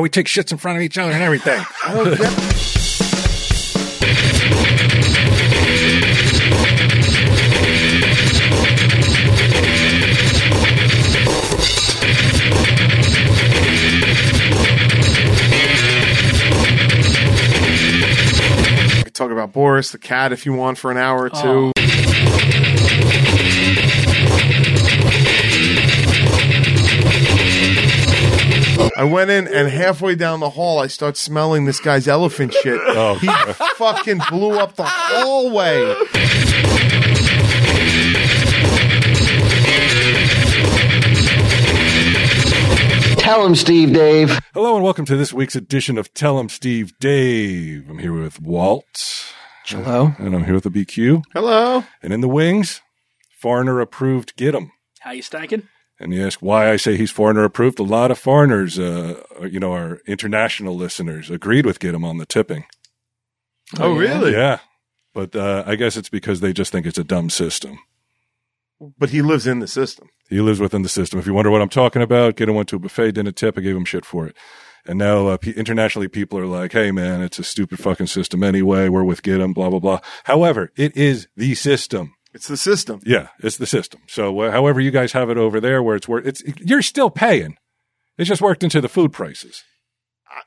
we take shits in front of each other and everything. We could talk about Boris the cat if you want for an hour or two. I went in and halfway down the hall, I start smelling this guy's elephant shit. He fucking blew up the hallway. Tell him, Steve Dave. Hello and welcome to this week's edition of Tell 'em Steve Dave. I'm here with Walt Hello. and I'm here with the BQ Hello. and in the wings, foreigner approved get 'em. How you stacking? And you ask why I say he's foreigner approved. A lot of foreigners, uh, are- you know, our international listeners agreed with get 'em on the tipping. Oh, really? Yeah. But uh, I guess it's because they just think it's a dumb system. But he lives in the system. He lives within the system. If you wonder what I'm talking about, get him went to a buffet, didn't tip. I gave him shit for it. And now uh, pe internationally, people are like, "Hey, man, it's a stupid fucking system anyway. We're with get him, blah blah blah." However, it is the system. It's the system. Yeah, it's the system. So, uh, however you guys have it over there, where it's where it's you're still paying. It's just worked into the food prices.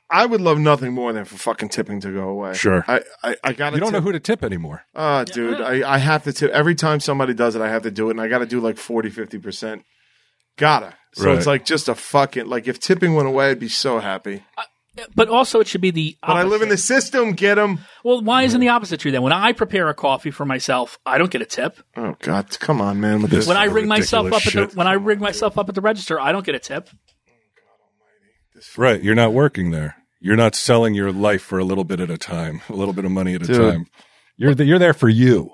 I would love nothing more than for fucking tipping to go away. Sure. I, I, I got You don't know who to tip anymore. Ah, dude, I, I have to tip. Every time somebody does it, I have to do it, and I got to do like 40, 50%. Gotta. So Right. it's like just a fucking, like if tipping went away, I'd be so happy. But also, it should be the. But I live in the opposite. system, get them. Well, why isn't the opposite true then? When I prepare a coffee for myself, I don't get a tip. Oh, God, come on, man, with this. When I Some ring myself up ridiculous at the shit. when I ring myself up at the register, I don't get a tip. Right, you're not working there. You're not selling your life for a little bit at a time, a little bit of money at a Dude. time. You're the, you're there for you.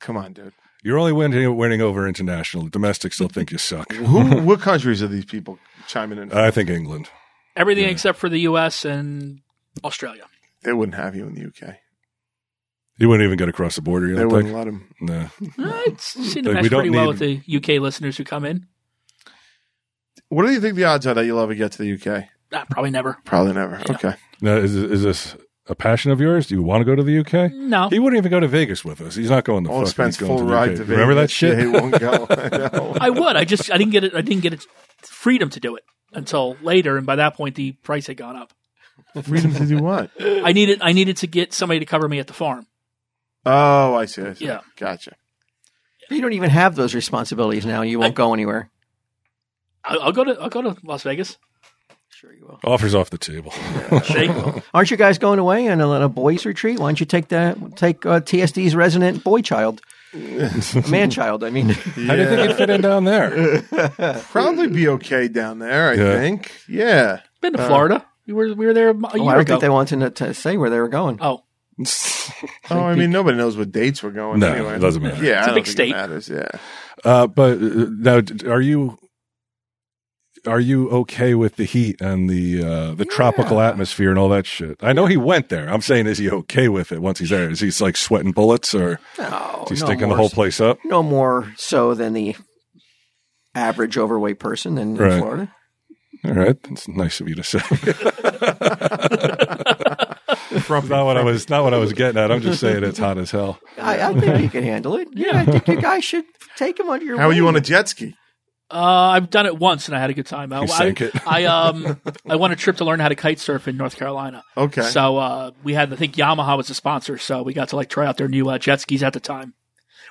come on, dude. You're only winning, winning over international. Domestics still think you suck. Who, what countries are these people chiming in? I think England. Everything except for the U.S. and Australia. they wouldn't have you in the UK. You wouldn't even get across the border. You They don't wouldn't think? let them. No. Uh, It's seen to Like, we mesh don't pretty well with need- the UK listeners who come in. What do you think the odds are that you'll ever get to the UK? Ah, probably never. Probably never. Okay. Now, is, is this a passion of yours? Do you want to go to the UK? No. He wouldn't even go to Vegas with us. He's not going to All fucking expense he's full going to the ride UK. to Vegas. Remember that Yeah, he shit? won't go. I know. I would. I just I didn't get it. I didn't get it freedom to do it until later, and by that point the price had gone up. Freedom to do what? I needed I needed to get somebody to cover me at the farm. Oh, I see. I see. Yeah. Gotcha. You don't even have those responsibilities now. You won't go anywhere. I'll, I'll go to I'll go to Las Vegas. Sure you will. Offers off the table. Shake. Aren't you guys going away on a, on a boys retreat? Why don't you take that? Take uh, TSD's resident boy child, man child. I mean, How do you think it'd fit in down there? probably be okay down there. I Yeah. think. Yeah. Been to Florida. We were we were there a m- a year oh, I don't ago. think they wanted to, to say where they were going. oh, Oh, I mean, nobody knows what dates we're going. No, anyway. it doesn't matter. Yeah, I It's a don't big think state. It matters. Yeah. Uh, but uh, now, d- are you are you okay with the heat and the uh, the tropical atmosphere and all that shit? I know he went there. I'm saying, is he okay with it once he's there? Is he like sweating bullets or No, is he no stinking the more whole place up? no more so than the average overweight person in, in Right. Florida. All right, that's nice of you to say. not what I was not what I was getting at. I'm just saying it's hot as hell. I, I think you can handle it. Yeah, I think you guys should take him under your. How are you wing. on a jet ski? uh, I've done it once and I had a good time. I, You sank I, it. I um I won a trip to learn how to kite surf in North Carolina. Okay. So uh, we had I think Yamaha was a sponsor, so we got to like try out their new uh, jet skis at the time,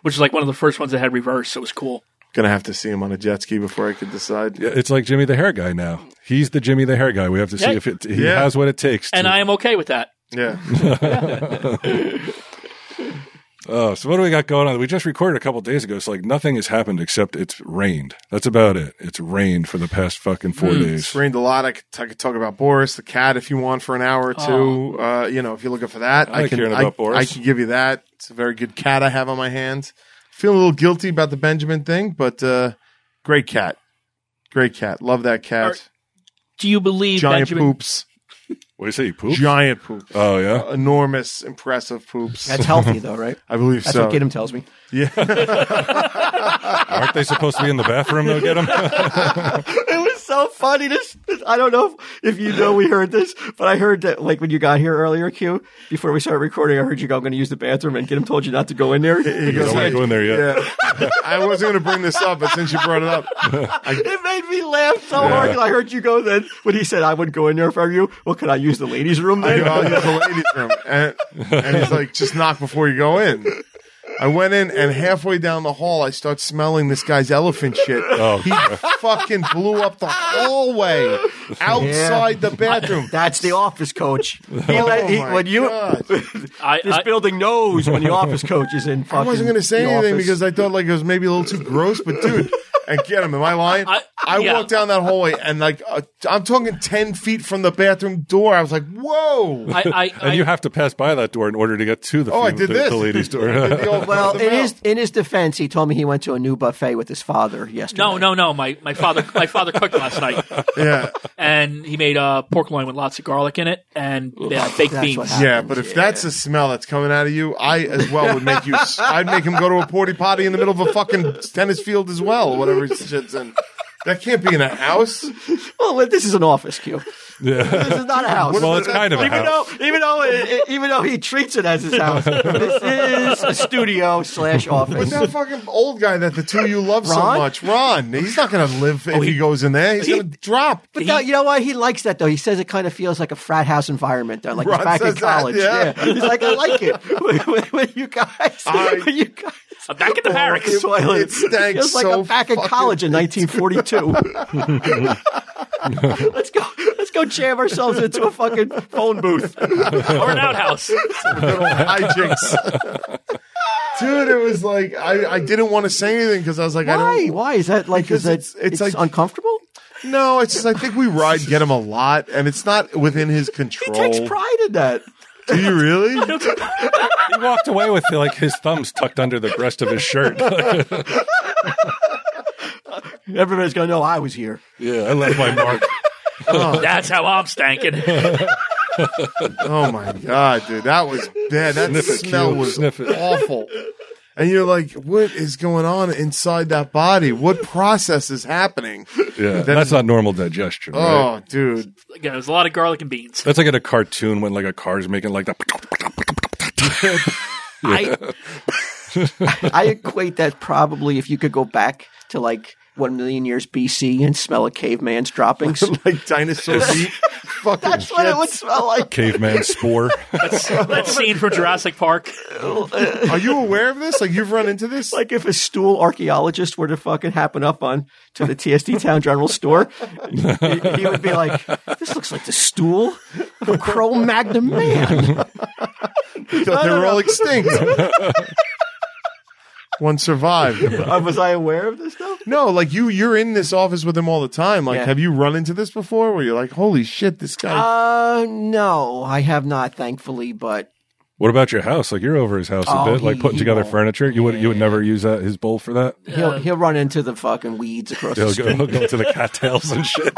which was like one of the first ones that had reverse. So it was cool. Gonna have to see him on a jet ski before I could decide. Yeah, It's like Jimmy the hair guy now. He's the Jimmy the hair guy. We have to see Yeah. if it, he Yeah. has what it takes. And to- I am okay with that. Yeah. oh, so what do we got going on? We just recorded a couple days ago. So like nothing has happened except it's rained. That's about it. It's rained for the past fucking four Mm, It's days. rained a lot. I could, I could talk about Boris the cat if you want for an hour Oh. or two. Uh, you know, if you're looking for that, I like can. hearing I, about Boris. I can give you that. It's a very good cat I have on my hands. Feel a little guilty about the Benjamin thing, but uh, great cat, great cat. Love that cat. Are- Do you believe Giant Benjamin? poops. What do you say? You poop? Giant poops. Uh, Oh yeah. enormous, impressive poops. That's healthy though, right? I believe That's so. what Kidham tells me. Aren't they supposed to be in the bathroom though? Get them. It was so funny. This, this- I don't know if, if you know we heard this, but I heard that like when you got here earlier, Q, before we started recording, I heard you go, I'm going to use the bathroom, and Gidim told you not to go in there. He don't goes, want to go in there yet. Yeah. I wasn't going to bring this up, but since you brought it up, it made me laugh so hard 'cause I heard you go then when he said I would go in there for you. Well, could I use the ladies' room I then? go, I'll use the ladies' room. And, and he's like, just knock before you go in. I went in, and halfway down the hall, I start smelling this guy's elephant shit. Oh, He fucking blew up the hallway outside the bathroom. That's the office coach. He Oh let- he- my when you God. I, this I, building knows when the office coach is in. I wasn't going to say anything because I thought like it was maybe a little too gross, but dude, and get him. Am I lying? I, I- yeah. walked down that hallway and like uh, I'm talking ten feet from the bathroom door. I was like, whoa! I, I, and I- you have to pass by that door in order to get to the oh, I fem- did the, this. the ladies' door. I did the old- Well, the in mouth. his in his defense, he told me he went to a new buffet with his father yesterday. no, no, no. My my father my father cooked last night, yeah, and he made a pork loin with lots of garlic in it and uh, baked That's what beans. happened. yeah. But if that's a smell that's coming out of you, I as well would make you. s- I'd make him go to a porta potty in the middle of a fucking tennis field as well, or whatever shit's in. That can't be in a house. Well, this is an office cue. Yeah. This is not a house. Well, it's kind of a even house. though even though it, it- even though he treats it as his house, this is a studio slash But office. that fucking old guy that the two of you love Ron? Oh, so much, Ron, he's not going to live if he, goes in there. He's going to drop. But no, you know what? He likes that though. He says it kind of feels like a frat house environment though, like he's Ron back in says that, college. yeah. He's like, I like it when, when- when you guys, I- when you guys. I'm back at the barracks. toilet. it stank Feels like so I'm back in fucking college in 1942. let's go. Let's go jam ourselves into a fucking phone booth. or an outhouse. Good old hijinks. Dude, it was like I, I didn't want to say anything because I was like, I Why? don't. Why is that like? Because Is that it's- it's, it's like- uncomfortable? No, it's just I think we ride get him a lot, and it's not within his He control. takes pride in that. Do you really? he walked away with like his thumbs tucked under the breast of his shirt. Everybody's gonna know I was here. yeah, I left my mark. That's how I'm stanking. oh my god, dude, that was bad. That Sniff it, smell Q. was Sniff it. awful. And you're like, what is going on inside that body? What process is happening? Yeah, That that's is- not normal digestion. right? Oh, dude. Again, it was a lot of garlic and beans. That's like in a cartoon when like a car's making like that. I, I equate that probably if you could go back to like one million years BC and smell a caveman's droppings. Like dinosaur meat. Fucking That's what it would smell like. caveman spore. that scene from Jurassic Park. Are you aware of this? Like you've run into this? Like if a stool archaeologist were to fucking happen up on to the TSD Town General Store, he, he would be like, "This looks like the stool of a Cro-Magnon man." they were all extinct. One survived. Uh, was I aware of this though? No, like you, you're in this office with him all the time. Like, Yeah. have you run into this before? Where you're like, holy shit, this guy. Uh, no, I have not, thankfully. But what about your house? Like you're over his house a Oh, bit, like he- putting he together won't. furniture. You would you would never use that his bowl for that. he'll he'll run into the fucking weeds across the He'll street. go, he'll go to the cattails and shit.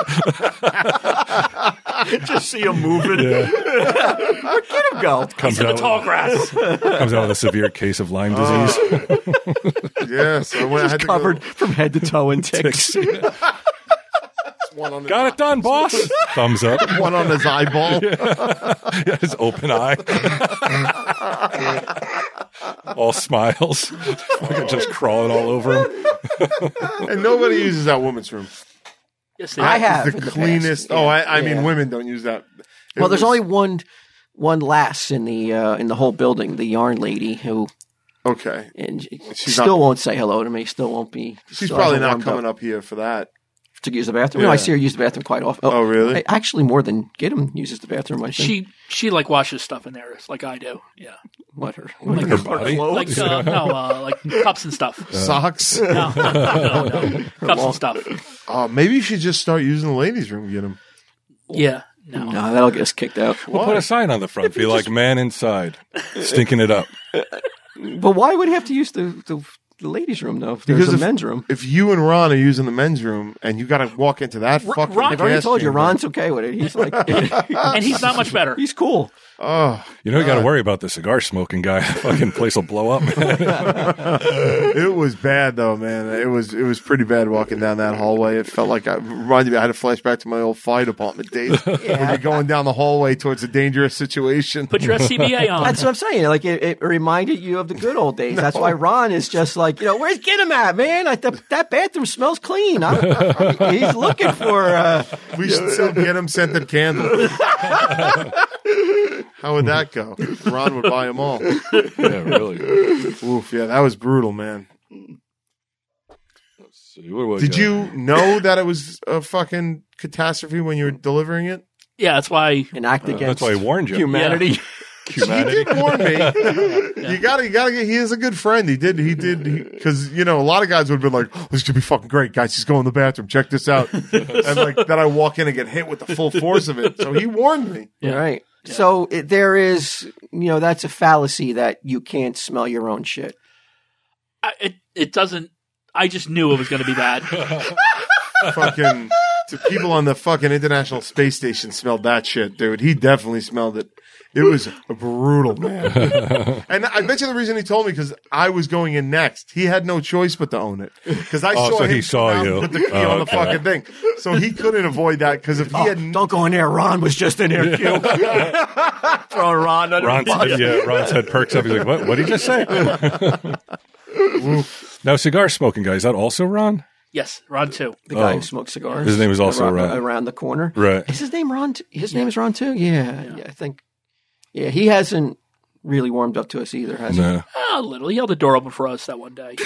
Just see him moving. Where'd get him go? Comes The tall out, grass. comes out with a severe case of Lyme disease. yeah, so when I had to go- Uh, Covered from head to toe in ticks. one on his, Got it done, boss. Thumbs up. one on his eyeball. His open eye. all smiles. Fucking just crawling all over him. And nobody uses that woman's room. Yes, they I are. have It's in the past. cleanest. Yeah, oh, I, I yeah. mean, women don't use that. It Well, there's was- only one one lass in the uh, in the whole building, the yarn lady who okay. and she She's still not- won't say hello to me. Still won't be. She's still probably hasn't not warmed coming up here for that. to use the bathroom. No, Yeah. I see her use the bathroom quite often. Oh, really? I- actually, more than Gidim uses the bathroom. I think. She she like washes stuff in there like I do. Yeah. what her? Like Her or body? Like uh, no, uh, like cups and stuff. Socks. Uh, No, no, no, no. cups and stuff. Oh, maybe you should just start using the ladies' room. Get him. Yeah. No. No, that'll get us kicked out. We'll put a sign on the front. Be like, man inside, stinking it up. But why would he have to use the, the the ladies' room though. If there's Because a if- men's room. If you and Ron are using the men's room and you got to walk into that Ro- fucking Ron- I've already gas told you, chamber- Ron's okay with it. He's like, uh, and he's not much better. he's cool. Oh, You know, you got to worry about the cigar smoking guy. Fucking place will blow up. it was bad though, man. It was it was pretty bad walking down that hallway. It felt like I reminded me. I had a flashback to my old fire department days when you're going down the hallway towards a dangerous situation. Put your SCBA on. That's what I'm saying. Like it, it reminded you of the good old days. That's why Ron is just like, you know, where's get him at, man? I, th- that bathroom smells clean. I'm, he's looking for. Uh, we should still get him scented candles. How would that go? Ron would buy them all. yeah, really. Oof, yeah, that was brutal, man. Let's see, what do I Did got? you know that it was a fucking catastrophe when you were delivering it? yeah, that's why. an act against That's why I warned you. humanity. He did warn me. You gotta, you gotta get. He is a good friend. He did, he did, because you know a lot of guys would have been like, oh, "This could be fucking great, guys. He's going to the bathroom. Check this out." and like then I walk in and get hit with the full force of it. So he warned me. Yeah. Right. So it, there is, you know, that's a fallacy that you can't smell your own shit. I, it, it doesn't. I just knew it was going to be bad. Fucking to people on the fucking International Space Station smelled that shit, dude. He definitely smelled it. It was brutal, man. and I bet you the reason he told me because I was going in next. He had no choice but to own it because I Oh, saw so him he saw come out you. and put the key Oh, on the okay. fucking thing, so he couldn't avoid that. Because if he had no Don't go in there. Ron was just in there. Q. Throw Ron under Ron's, the bus. yeah, Ron's head perks up. He's like, "What? What did he just say?" now, cigar smoking guy is that also Ron? yes, Ron too. The guy Oh. who smoked cigars. His name is also around, Ron. around the corner. Right. Is his name Ron? T- his name is Ron too. Yeah, yeah. I think. Yeah, he hasn't really warmed up to us either, has he? No. Ah, a little. He held the door open for us that one day.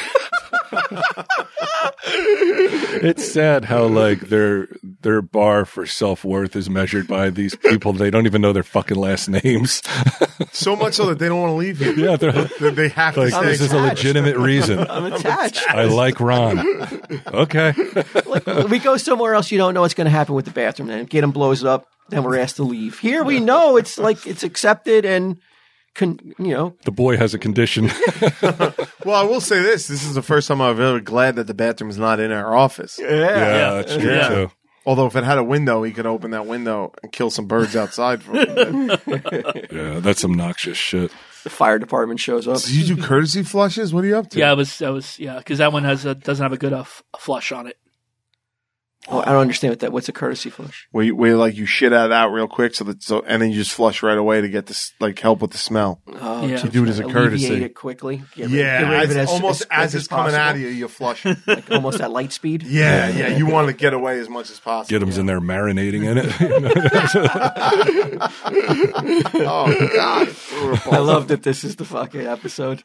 It's sad how like their their bar for self worth is measured by these people. They don't even know their fucking last names. so much so that they don't want to leave here. yeah, they're like, That they have to stay. this is a legitimate reason. I'm attached. I like Ron. Okay. like, we go somewhere else, you don't know what's going to happen with the bathroom. Then get him blows up, then we're asked to leave. Here we know it's like it's accepted and con- you know The boy has a condition. well, I will say this: this is the first time I've ever glad that the bathroom is not in our office. yeah, Yeah. that's true Yeah. too. Although if it had a window, he could open that window and kill some birds outside. For him. Yeah, that's obnoxious shit. the fire department shows up. Do you do courtesy flushes? What are you up to? yeah, it was. That was. Yeah, because that one has a, doesn't have a good uh, f- flush on it. Oh, I don't understand what that. What's a courtesy flush? where, you, where like you shit out out real quick, so that so and then you just flush right away to get this like help with the smell. Oh, Yeah. to You do it as a alleviate courtesy. it quickly. Get rid- Yeah, get rid of as- it as- almost quick as, it's coming possible. out of you, you flush. it. Like, almost at light speed. yeah, yeah, you want to get away as much as possible. Get him's in there marinating in it. Oh God, I love that this is the fucking episode.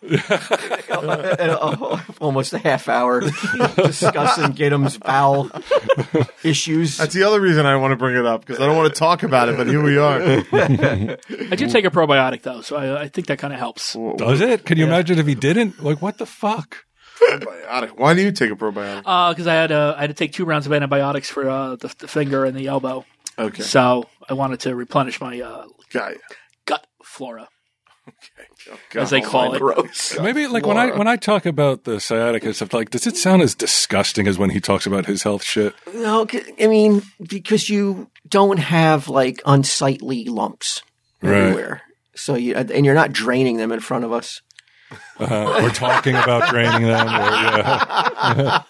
uh, Almost a half hour discussing Gidim's bowel issues. That's the other reason I want to bring it up because I don't want to talk about it, but here we are. I did take a probiotic though, so I, I think that kind of helps. Does it? Can you imagine if he didn't? Like, what the fuck? Probiotic. Why do you take a probiotic? Because I had uh, I had to take two rounds of antibiotics for uh, the, the finger and the elbow, Okay, so I wanted to replenish my uh, guy. gut flora, God, as they oh call my it. God. Maybe like when I when I talk about the sciatica and stuff, like, does it sound as disgusting as when he talks about his health shit? No, c- I mean because you don't have like unsightly lumps Right. everywhere, so you uh, and you're not draining them in front of us. Uh, we're talking about draining them. Or, yeah.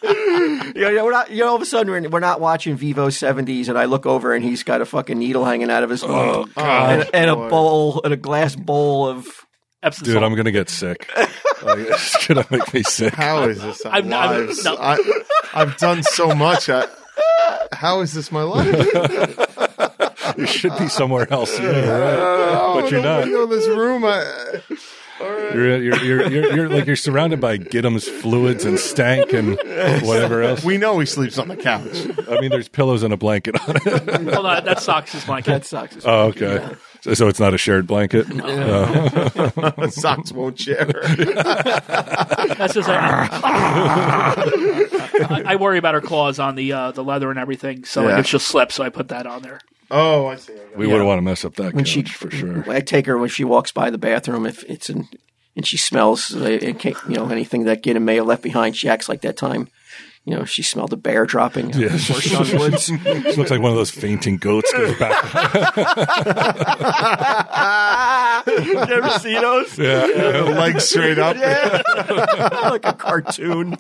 Yeah, yeah, we're not. You know, all of a sudden we're, we're not watching Vivo seventies, and I look over and he's got a fucking needle hanging out of Oh, his mouth, and, and a Lord. bowl and a glass bowl of. Epsom Dude, salt. I'm gonna get sick. Like, it's gonna make me sick. How is this our I'm not- I'm- lives? no. I, I've done so much. I, how is this my life? You should be somewhere else. Yeah, you're right. but you're not. In this room, I, You're, you're, you're, you're, you're like you're surrounded by Giddim's fluids and stank and whatever else. we know he sleeps on the couch. I mean, there's pillows and a blanket on it. Hold on, that socks is my That cat. sucks. Oh, okay. So, so it's not a shared blanket. Uh, Socks won't share. That's just. I, I worry about her claws on the uh, the leather and everything, so Yeah. like, if she'll slip, so I put that on there. Oh, I see. I got it. We wouldn't want to mess up that couch she- for sure. I take her when she walks by the bathroom if it's in and she smells uh, it can't- you know anything that Gideon may have left behind. She acts like that time. You know, she smelled a bear dropping. Yeah. Yeah. Marshawn Woods. She looks like one of those fainting goats goes back. you ever see those? Yeah. The leg straight up. Yeah. like a cartoon.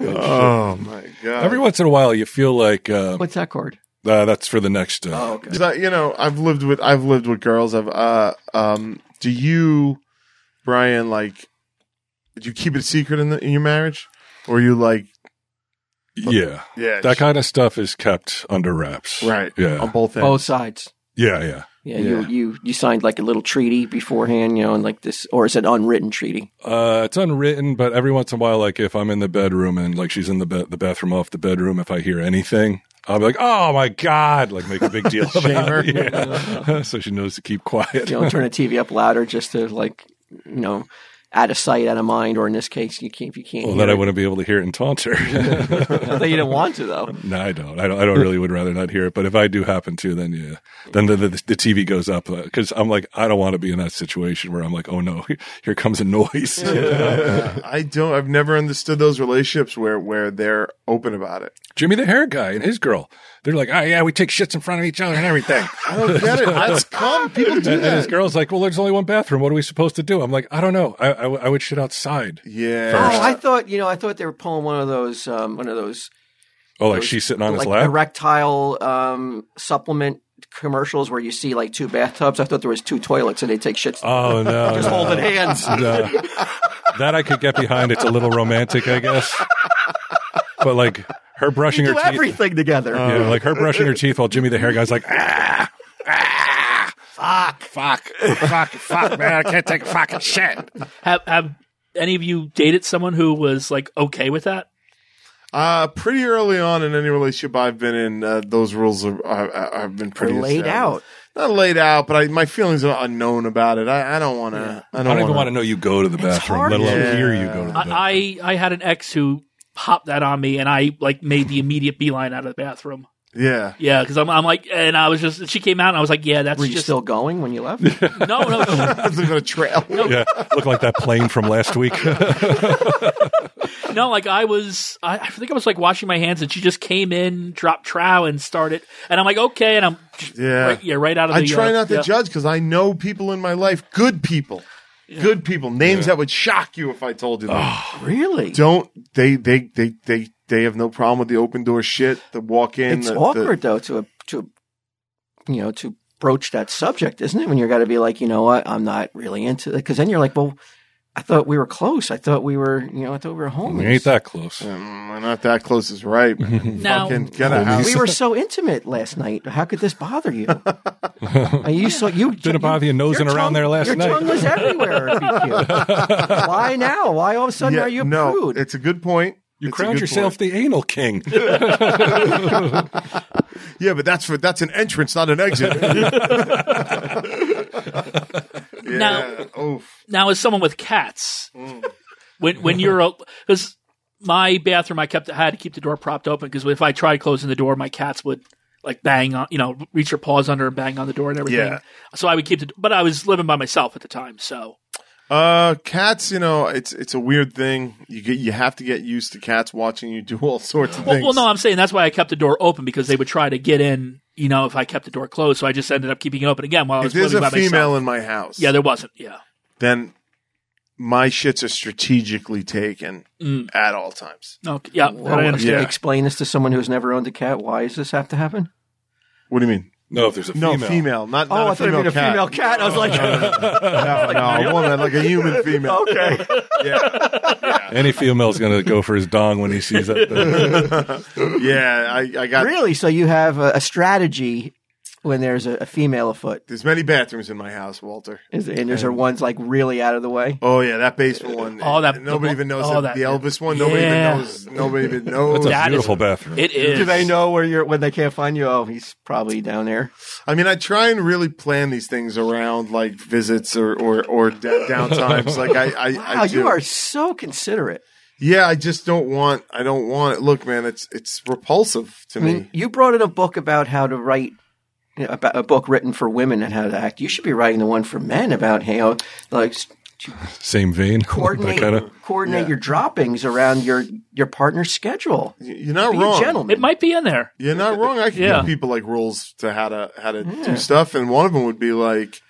Oh my god! Every once in a while, you feel like uh, What's that card? uh, that's for the next. Uh, Oh, okay. 'Cause I- you know, I've lived with I've lived with girls. I've uh um. Do you, Brian? Like, did you keep it secret in the in your marriage, or you like yeah, yeah that kind of stuff is kept under wraps. right? Um, Yeah. on both ends. Both sides. Yeah. Yeah. Yeah, Yeah. You, you you signed like a little treaty beforehand, you know, and like this, or is it unwritten treaty? Uh, it's unwritten, but every once in a while, like if I'm in the bedroom and like she's in the be- the bathroom off the bedroom, if I hear anything, I'll be like, "Oh my god!" Like make a big deal about her. it. Yeah. so she knows to keep quiet. You know, turn the TV up louder just to like, you know, out of sight, out of mind, or in this case, you can't. If you can't, Well, hear then I it. wouldn't be able to hear it and taunt her. I thought you didn't want to though. Oh, no, I don't. I don't. I don't really would rather not hear it. But if I do happen to, then yeah, then the the, the TV goes up because I'm like, I don't want to be in that situation where I'm like, oh no, here comes a noise. Yeah. I don't. I've never understood those relationships where where they're open about it. Jimmy the hair guy and his girl, they're like, oh yeah, we take shits in front of each other and everything. I don't get it. That's come. People do And, and his that. girl's like, "Well, there's only one bathroom. What are we supposed to do?" I'm like, "I don't know. I, I, I would shit outside." Yeah. Oh, I thought you know, I thought they were pulling one of those, um, one of those Oh, like she's sitting on his like lap. erectile um, supplement commercials where you see like two bathtubs. I thought there was two toilets and they take shits oh no, just no, holding hands. no. that I could get behind. It's a little romantic, I guess. But like her brushing her Do teeth, everything together. yeah, Um, like her brushing her teeth while Jimmy the hair guy's like, "Ah, ah, fuck, fuck, fuck, fuck, man, I can't take fucking shit." Have have any of you dated someone who was like okay with that? Uh, pretty early on in any relationship I've been in, uh, those rules are, are, are, have been They're pretty laid established. out. Not laid out, but I, my feelings are unknown about it. I, I don't want to. I I don't, don't even want wanna, to know you go to the bathroom, hard. let alone Yeah. hear you go to the bathroom. I, I I had an ex who popped that on me, and I like made the immediate beeline out of the bathroom. Yeah. Yeah, because I'm I'm like, and I was just she came out, and I was like, yeah, that's Were you just still going when you left? no no. no. I've been on a trail. yeah, look like that plane from last week. No, like I was, I, I think I was like washing my hands, and she just came in, dropped trow, and started. And I'm like, okay, and I'm Yeah. yeah, right, yeah, right out of the. I try uh, not to yeah. judge because I know people in my life, good people, good people, names that would shock you if I told you. Them. really? Don't they? They they they they have no problem with the open door shit. The walk in. It's the, the- awkward though to to you know to broach that subject, isn't it? When you're got to be like, you know what, I'm not really into it, because then you're like, well, I thought we were close. I thought we were, you know, I thought we were homies. we ain't that close. Mm, we're not that close. Is right. man. No. Fucking get a house. We were so intimate last night. How could this bother you? And you saw you Didn't bother you nosing your around tongue- there last your night. tongue was everywhere. at BQ. Why now? Why all of a sudden Yeah, are you a no, prude? it's a good point. You It's a crowned good yourself point. the anal king. Yeah, but that's for that's an entrance, not an exit. yeah. Oof. Now, as someone with cats, Mm. when when you're because my bathroom, I kept I had to keep the door propped open because if I tried closing the door, my cats would like bang on, you know, reach their paws under and bang on the door and everything. Yeah. So I would keep the, but I was living by myself at the time, so Uh, cats. You know, it's it's a weird thing. You get you have to get used to cats watching you do all sorts of Well, things. well, no, I'm saying that's why I kept the door open because they would try to get in, you know, if I kept the door closed. So I just ended up keeping it open again while I if was there's living a by female myself. in my house, Yeah, there wasn't. Yeah, then my shits are strategically taken Mm. at all times. okay, yeah, that Well, I if you understand. Yeah. Explain this to someone who's never owned a cat. Why does this have to happen? What do you mean? no, if there's a No, female. female, not, not Oh, a I thought it meant a cat. female cat. I was like, No, no, a woman, like a human female. okay. Any female's going to go for his dong when he sees that. Yeah, I, I got Really? So you have a, a strategy when there's a, a female afoot, there's many bathrooms in my house, Walter. Is there- and there's are ones like really out of the way. Oh yeah, that basement one. Oh, that- nobody the- even knows oh, that, that- the Elvis one. Nobody Yeah. even knows. Nobody even knows. That's a That is- beautiful bathroom. It is. Do they know where you're when they can't find you? Oh, he's probably down there. I mean, I try and really plan these things around like visits or or or da- downtimes. Like I, I, Wow, I do. Oh, you are so considerate. Yeah, I just don't want. I don't want it. Look, man, it's it's repulsive to I mean, me. you brought in a book about how to write you know, about a book written for women and how to act. You should be writing the one for men about how like s- to Same vein. coordinate kinda- coordinate your droppings around your your partner's schedule. You're not Be wrong. a gentleman. It might be in there. You're not wrong. I can Yeah. give people like rules to how to how to do stuff, and one of them would be like,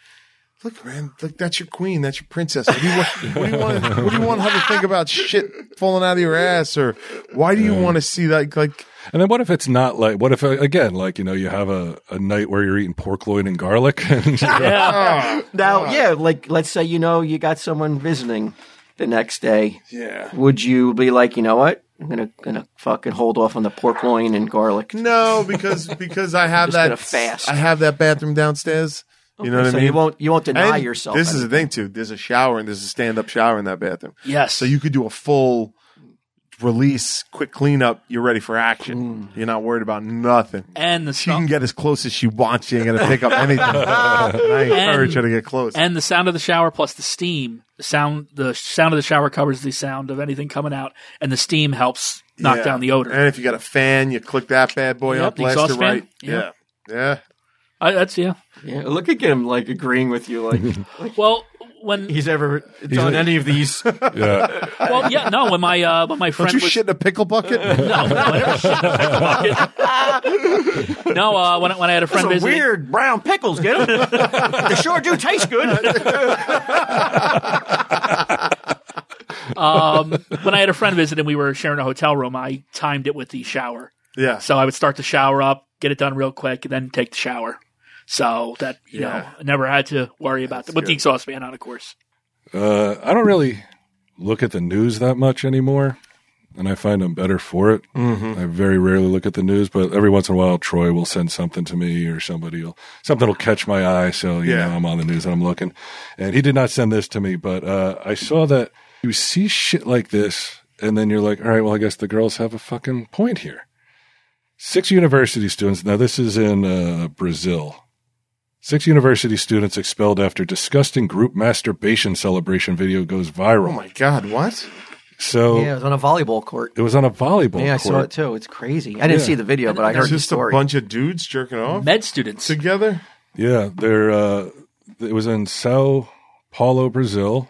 "Look, man, look, that's your queen, that's your princess. What do you want? What do you want, what do you want her to think about shit falling out of your ass, or why do you Mm. want to see that? Like, And then what if it's not like, what if, uh, again, like, you know, you have a, a night where you're eating pork loin and garlic and Yeah. ah, Now, yeah, like let's say you know you got someone visiting the next day. yeah, Would you be like, you know what? I'm gonna gonna fucking hold off on the pork loin and garlic. no, because because I have Just that gonna fast. I have that bathroom downstairs. You know what so I mean? you won't you won't deny And yourself. This is anything. the thing too. There's a shower and there's a stand up shower in that bathroom. Yes. So you could do a full release, quick cleanup. You're ready for action. You're not worried about nothing. Mm. and the She can sound, get as close as she wants. She ain't gonna pick up anything. And I encourage her to get close. and the sound of the shower plus the steam. The sound the sound of the shower covers the sound of anything coming out, and the steam helps knock Yeah. down the odor. And if you got a fan, you click that bad boy Yep, up, the blast her exhaust fan. right. Yeah. Yeah. Yeah. I, that's yeah. Yeah, look at him like agreeing with you, like Well, when he's ever done any of these. yeah. well yeah no when my uh, when my Don't friend you was, shit in a pickle bucket? no no, I never shit in a bucket. no uh, when I- when I had a friend Some visiting weird brown pickles, get 'em? they sure do taste good. um, when I had a friend visit and we were sharing a hotel room I timed it with the shower Yeah. so I would start the shower up get it done real quick and then take the shower so that you know Yeah. I never had to worry about that with the good. exhaust fan on of course Uh, I don't really look at the news that much anymore, and I find I'm better for it. I very rarely look at the news, but every once in a while, Troy will send something to me or somebody will something will catch my eye. So you Yeah. know, I'm on the news and I'm looking. And he did not send this to me, but uh, I saw that you see shit like this, and then you're like, all right, well, I guess the girls have a fucking point here. Six university students. Now this is in uh, Brazil. Six university students expelled after disgusting group masturbation celebration video goes viral. Oh my god, what? so Yeah, it was on a volleyball court. it was on a volleyball Yeah, I court. saw it too. It's crazy. I didn't Yeah. see the video, but I heard It's the just a story. bunch of dudes jerking off med students together? Yeah, they're uh, it was in Sao Paulo, Brazil.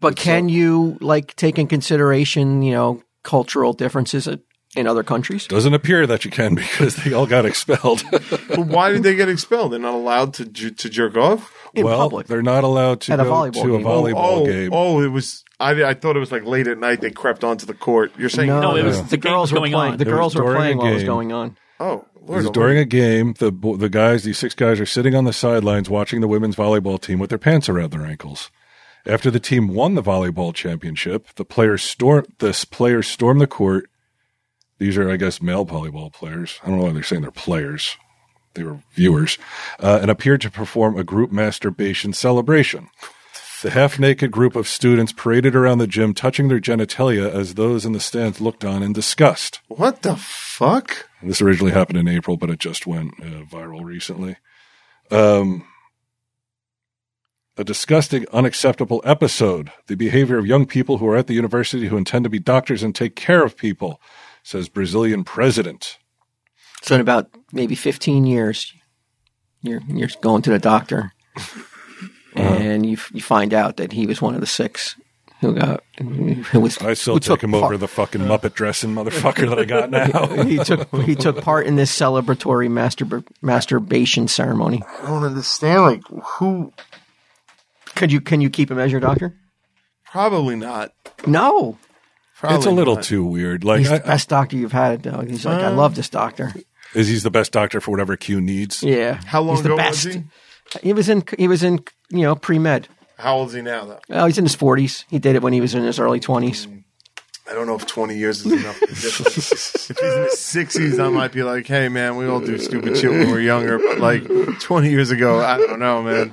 But can you like take in consideration, you know, cultural differences in- in other countries? Doesn't appear that you can because they all got expelled. But why did they get expelled? They're not allowed to ju- to jerk off. In well, public. they're not allowed to At a go volleyball to a game. volleyball oh, game. Oh, it was. I, I thought it was like late at night. They crept onto the court. You're saying No, it was- the the girls were game's going playing. on. The It was girls were during playing a while it was game. going on. Oh, It was Lord, during a game. The bo- the guys, these six guys, are sitting on the sidelines watching the women's volleyball team with their pants around their ankles. After the team won the volleyball championship, the players storm this players stormed the court. These are, I guess, male volleyball players. I don't know why they're saying they're players. They were viewers, uh, and appeared to perform a group masturbation celebration. The half naked group of students paraded around the gym, touching their genitalia as those in the stands looked on in disgust. what the fuck? This originally happened in April, but it just went uh, viral recently. Um, a disgusting, unacceptable episode. The behavior of young people who are at the university who intend to be doctors and take care of people, says Brazilian president. So in about maybe 15 years, you're you're going to the doctor, Uh-huh. and you f- you find out that he was one of the six who got who was. I still who take took him part- over the fucking Muppet dressing motherfucker that I got now. he took he took part in this celebratory masturb- masturbation ceremony. I don't understand. Like who? Could you can you keep him as your doctor? Probably not. No, Probably it's a little not. too weird. Like, he's the I, I, best doctor you've had. Though he's like, I love this doctor. is he's the best doctor for whatever Q needs? Yeah, How long he's the ago best. was he? He was in he was in you know pre med. How old is he now? Though Oh, he's in his forties. He did it when he was in his early twenties. I don't know if 20 years is enough. of a difference. if he's in his sixties, I might be like, "Hey, man, we all do stupid shit when we're younger." But like 20 years ago, I don't know, man.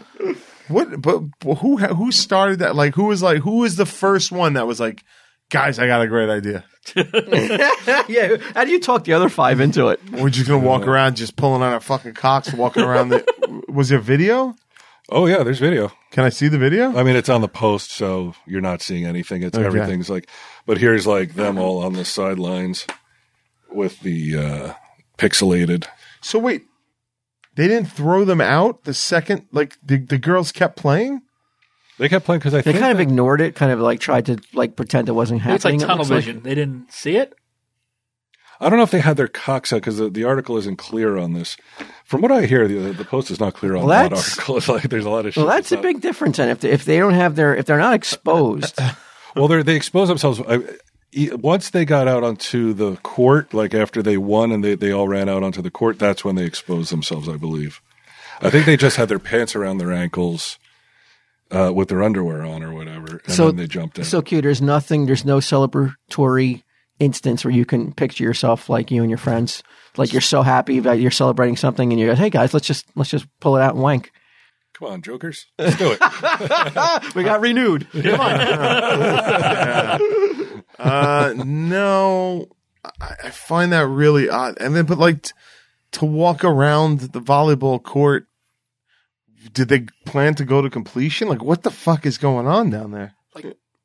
What? But who? Who started that? Like, who was like? Who was the first one that was like, "Guys, I got a great idea." yeah. How do you talk the other five into it? We're just gonna walk around just pulling on our fucking cocks, walking around. The, was there video? Oh, yeah, there's video. Can I see the video? I mean, it's on the post, so you're not seeing anything. It's everything's like, but here's like them all on the sidelines with the uh, pixelated. So wait, They didn't throw them out the second like the, the girls kept playing. They kept playing because I They think kind of ignored it, kind of like tried to like pretend it wasn't happening. It's like it tunnel looks like. vision. They didn't see it. I don't know if they had their cocks out because the, the article isn't clear on this. From what I hear, the, the post is not clear on Well, that that's- article. It's like there's a lot of shit. Well, that's a not- big difference. And if they, if they don't have their if they're not exposed, Well, they they expose themselves. I, e- once they got out onto the court, like after they won and they, they all ran out onto the court, that's when they exposed themselves, I believe. I think they just had their pants around their ankles uh, with their underwear on or whatever. And So- then they jumped in. so cute. There's nothing. There's no celebratory instance where you can picture yourself like you and your friends, like you're so happy that you're celebrating something, and you're like, hey guys, let's just let's just pull it out and wank. Come on, jokers. Let's do it. We got renewed. Uh, no, I, I find that really odd. And then, but like t- to walk around the volleyball court, did they plan to go to completion? Like, what the fuck is going on down there?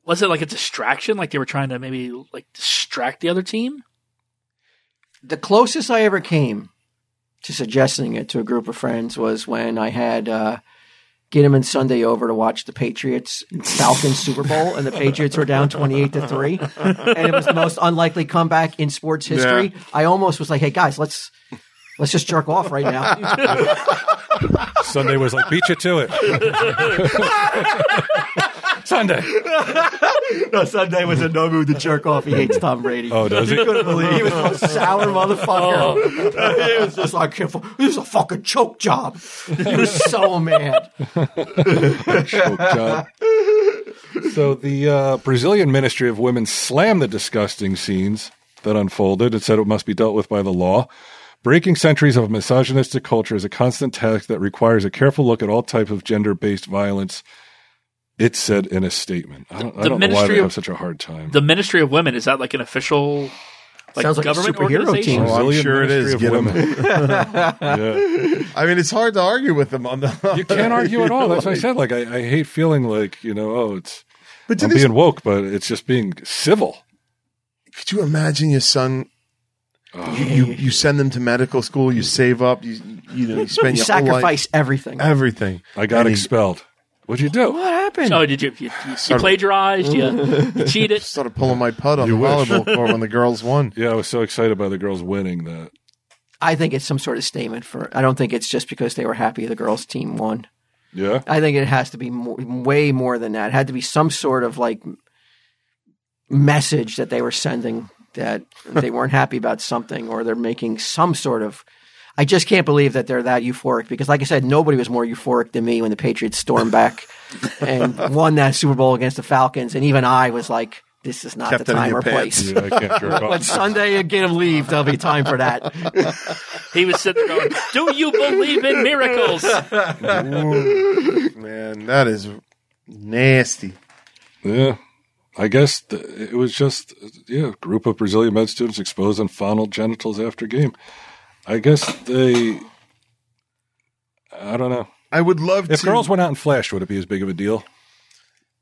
Was it like a distraction? Like they were trying to maybe like distract the other team? the closest I ever came to suggesting it to a group of friends was when I had uh, Ginneman Sunday over to watch the Patriots and Falcons Super Bowl, and the Patriots were down twenty-eight to three, and it was the most unlikely comeback in sports history. I almost was like, "Hey guys, let's let's just jerk off right now." Sunday was like, beat you to it. Sunday. no, Sunday was in no mood to jerk off. He hates Tom Brady. Oh, does he? couldn't believe he was the most sour motherfucker. Oh. He was just like, "This is a fucking choke job." He was so mad. choke job. Oh, So the uh, Brazilian Ministry of Women slammed the disgusting scenes that unfolded and said it must be dealt with by the law. Breaking centuries of misogynistic culture is a constant task that requires a careful look at all types of gender-based violence. It said in a statement. I don't, I The don't know why Ministry they of- have such a hard time. The Ministry of Women is that like an official like Sounds like a government superhero organization? team. Oh, I'm Brazilian sure it Ministry is. of Get 'em. Women. yeah. I mean, it's hard to argue with them on the. You can't argue at all. That's what I said. Like I, I hate feeling like you know. Oh, it's But do I'm these, being woke, but it's just being civil. could you imagine your son? You, you you send them to medical school. You save up. You you know you spend You your whole life- sacrifice everything. everything. I got And he expelled. What'd you do? What happened? Oh, did you you, you, you plagiarized? You, you cheated? started pulling my putt on You the wish. volleyball court when the girls won. Yeah, I was so excited by the girls winning that. I think it's some sort of statement for. I don't think it's just because they were happy the girls' team won. Yeah. I think it has to be more, way more than that. It had to be some sort of like message that they were sending that they weren't happy about something or they're making some sort of. I just can't believe that they're that euphoric because, like I said, nobody was more euphoric than me when the Patriots stormed back and won that Super Bowl against the Falcons. And even I was like, this is not Kept the it in time your or pants. place. I can't jerk But off. Sunday again leave, there'll be time for that. He was sitting there going, "Do you believe in miracles?" Man, that is nasty. Yeah. I guess the, it was just yeah, a group of Brazilian med students exposed and fondled genitals after game. I guess they. I don't know. I would love If to. girls went out and flashed, would it be as big of a deal?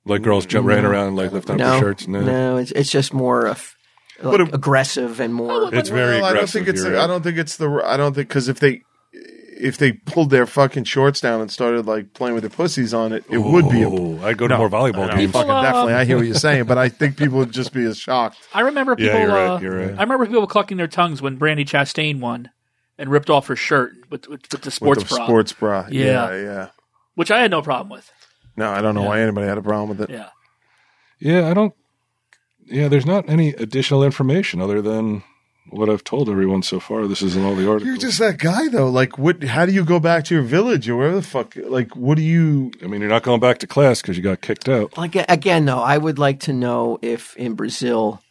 Like girls jump ran around and like lifting up their shirts. Mm, No. no, it's it's just more of, like, it- aggressive and more. It's very I don't aggressive. think it's. you're The, right. I don't think it's the. I don't think because if they, if they pulled their fucking shorts down and started like playing with their pussies on it, it would be. A, Oh, I'd go to more volleyball games. fucking um, definitely. I hear what you're saying, but I think people would just be as shocked. I remember Yeah, people. you're right, uh, you're right. I remember people clucking their tongues when Brandy Chastain won and ripped off her shirt with with, with the sports with the bra, sports bra. Yeah. yeah, yeah. which I had no problem with. No, I don't know why anybody had a problem with it. Yeah, Yeah, I don't. Yeah, there's not any additional information other than what I've told everyone so far. This is in all the articles. You're just that guy though. Like, what? How do you go back to your village or wherever the fuck? Like, what do you? I mean, you're not going back to class because you got kicked out. Like again, though, I would like to know if in Brazil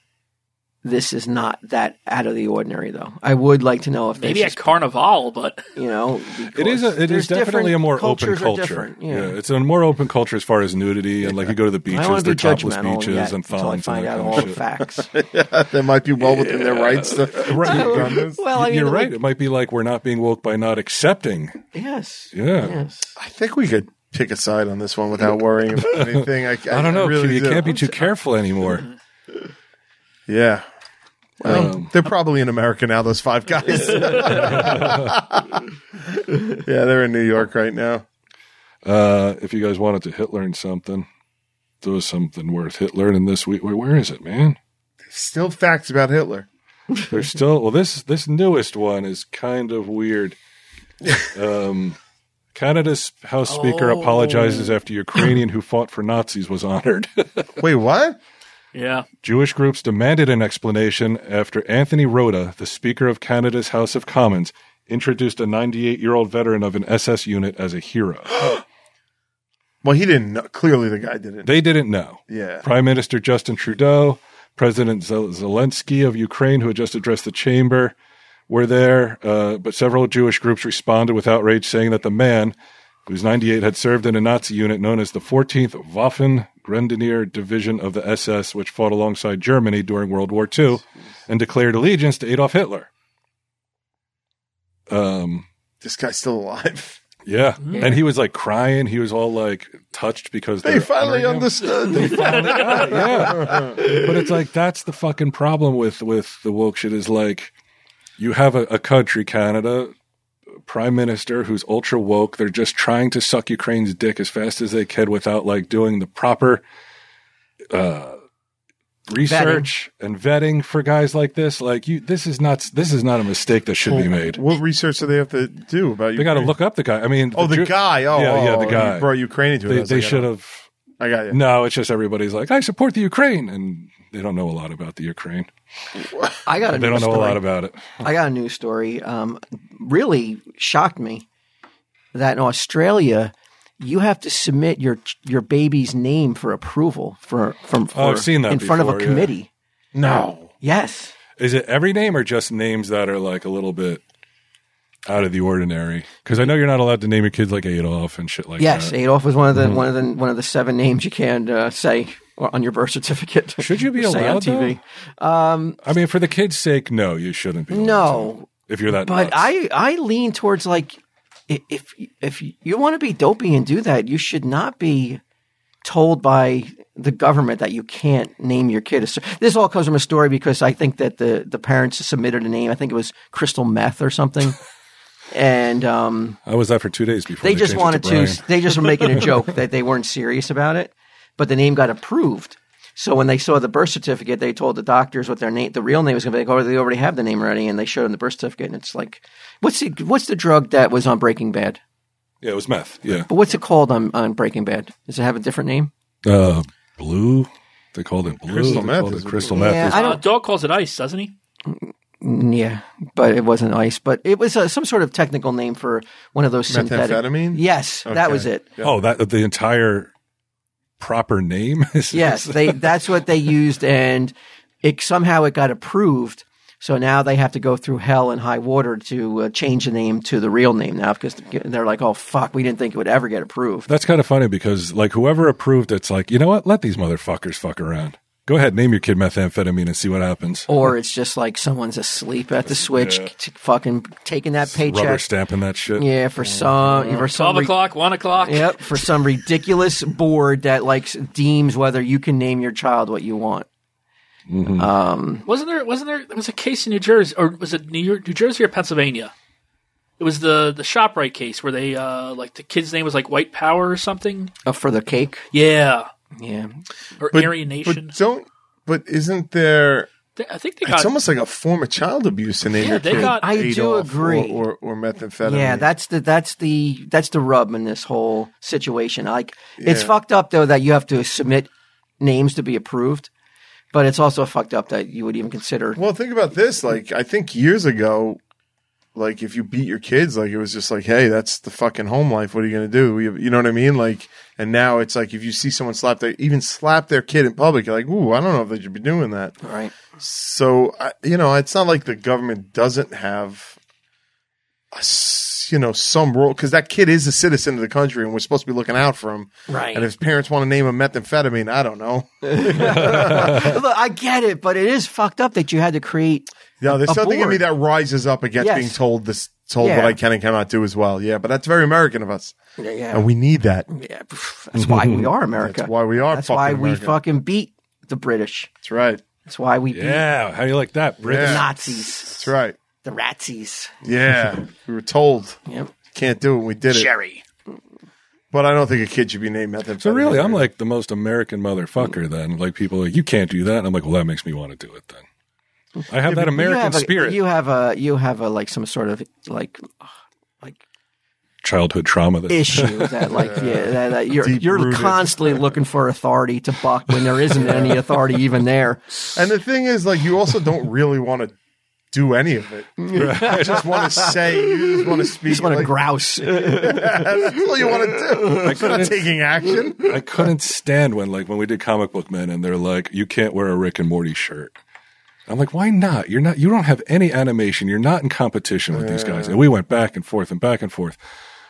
this is not that out of the ordinary. Though I would like to know if maybe this at Carnival, but is, you know It is. A, it there's is definitely different- a more open cultures are culture. different, Yeah. Yeah. it's a more open culture as far as nudity and like you go to the I don't beaches, want to they're be topless judgmental beaches yet and until I fountains and find that out kind all of the shit. facts. that might be well within their rights. To, Right. Well, I mean, you're like- right. It might be like we're not being woke by not accepting. yes, Yeah. yes. I think we could pick a side on this one without worrying about anything. I, I don't know. really Q, you Mm-hmm. do. can't be too careful anymore. Yeah. Um, Well, they're probably in America now. Those five guys. yeah, they're in New York right now. Uh, if you guys wanted to hit learn something, there was something worth hit learning this week. Wait, where is it, man? Still facts about Hitler. There's still well this this newest one is kind of weird. Um, Canada's House Speaker apologizes after Ukrainian who fought for Nazis was honored. Wait, what? Yeah. Jewish groups demanded an explanation after Anthony Rhoda, the Speaker of Canada's House of Commons, introduced a 98 year old veteran of an SS unit as a hero. Well, he didn't. Know. Clearly, the guy didn't. They didn't know. yeah. Prime Minister Justin Trudeau, President Zel- Zelensky of Ukraine, who had just addressed the chamber, were there, uh, but several Jewish groups responded with outrage, saying that the man, who's 98, had served in a Nazi unit known as the 14th Waffen Grenadier Division of the SS, which fought alongside Germany during World War II, and declared allegiance to Adolf Hitler. Um, This guy's still alive. yeah. and he was like crying. He was all like touched because They they're finally honoring him understood. They finally yeah. But it's like that's the fucking problem with with the woke shit is like you have a, a country, Canada, prime minister who's ultra woke. They're just trying to suck Ukraine's dick as fast as they can without like doing the proper uh research and vetting for guys like this. Like you this is not this is not a mistake that should be made. What research do they have to do about? They got to look up the guy. I mean, Oh, the Ju- guy. Oh, Yeah, yeah, the oh, you guy. brought Ukraine into it. I They, was they like, I should don't- have I got you. No, it's just everybody's like, I support the Ukraine, and they don't know a lot about the Ukraine. I got a They news don't know story. a lot about it. I got a news story. Um, really shocked me that in Australia you have to submit your your baby's name for approval for from for, Oh, I've seen that in front of a before, yeah. committee. No. Yes, Is it every name or just names that are like a little bit out of the ordinary? Because I know you're not allowed to name your kids like Adolf and shit like yes. that. Adolf was one of Mm-hmm. the one of the one of the seven names you can uh, say on your birth certificate. Should you be Or say on allowed, TV? I mean, for the kids' sake, no, you shouldn't be. allowed No, to, if you're that. but nuts. I I lean towards like i- if if you want to be dopey and do that, you should not be told by the government that you can't name your kid. a cer- This all comes from a story because I think that the the parents submitted a name. I think it was Crystal Meth or something. And um, I was that for two days before they just changed it wanted to, Brian. they just were making a joke that they weren't serious about it but the name got approved so when they saw the birth certificate they told the doctors what their name the real name was going to be like oh they already have the name already and they showed them the birth certificate and it's like what's the what's the drug that was on breaking bad Yeah, it was meth. Yeah, but what's it called on, on breaking bad does it have a different name uh, blue. They called it blue. Crystal They meth called is- It crystal meth. Yeah, is- I Uh, don't- Dog calls it ice, doesn't he? Mm, yeah but it wasn't ice but it was uh, some sort of technical name for one of those synthetic Methamphetamine? yes that Okay. was it oh, that the entire proper name is Yes, they that's what they used, and it somehow it got approved. So now they have to go through hell and high water to uh, change the name to the real name now because they're like, oh fuck, we didn't think it would ever get approved. That's kind of funny because like whoever approved it's like, you know what? Let these motherfuckers fuck around. Go ahead, name your kid methamphetamine and see what happens. Or it's just like someone's asleep at the switch, t- fucking taking that Rubber paycheck. stamping that shit. Yeah, for some, for some Twelve re- o'clock, one o'clock. Yep, for some ridiculous board that like s- deems whether you can name your child what you want. Wasn't there? Wasn't there? There was a case in New Jersey, or was it New York, New Jersey or Pennsylvania? It was the the Shoprite case where they uh like the kid's name was like White Power or something. Uh, for the cake, Yeah, yeah, or Aryan Nation. But don't. But isn't there? They- I think they It's got. almost like a form of child abuse in yeah, India. they got. I do Adolf agree. Or, or, or methamphetamine. Yeah, that's the that's the that's the rub in this whole situation. Like it's Yeah. fucked up though that you have to submit names to be approved, but it's also fucked up that you would even consider. Well, think about this. Like, I think years ago, like if you beat your kids, like it was just like, hey, that's the fucking home life. What are you gonna do? We have- You know what I mean? Like, and now it's like if you see someone slap their even slap their kid in public, you're like, ooh, I don't know if they should be doing that. Right. So I- you know, it's not like the government doesn't have, a s you know, some role because that kid is a citizen of the country, and we're supposed to be looking out for him. Right. And if his parents want to name him methamphetamine, I don't know. Look, I get it, but it is fucked up that you had to create. Yeah, there's a something in me board. that rises up against Yes. being told this, told what Yeah. I can and cannot do as well. Yeah, but that's very American of us, Yeah, yeah, and we need that. yeah, pff, that's why we are America. That's why we are. That's fucking why we American. fucking beat the British. That's right. That's why we Yeah, how you like that, beat Brits? the Yeah. Nazis, That's right. the Ratsies. Yeah, we were told Yep. can't do it. We did it. Jerry. But I don't think a kid should be named methamphetamine. So really, I'm like the most American motherfucker. Then, like people, are like, you can't do that. And I'm like, well, that makes me want to do it. Then, I have that American you have a, spirit. You have a you have a like some sort of like like Childhood trauma. That, issue that like yeah that, that you're you're Deep-rooted. constantly looking for authority to buck when there isn't any authority even there. and the thing is, like, you also don't really want to do any of it. You just want to say. You just want to speak. You just want to like, grouse. That's all you want to do. It's not taking action. I couldn't stand when like when we did comic book men and they're like, you can't wear a Rick and Morty shirt. I'm like, why not? You're not. You don't have any animation. You're not in competition with these guys. And we went back and forth and back and forth.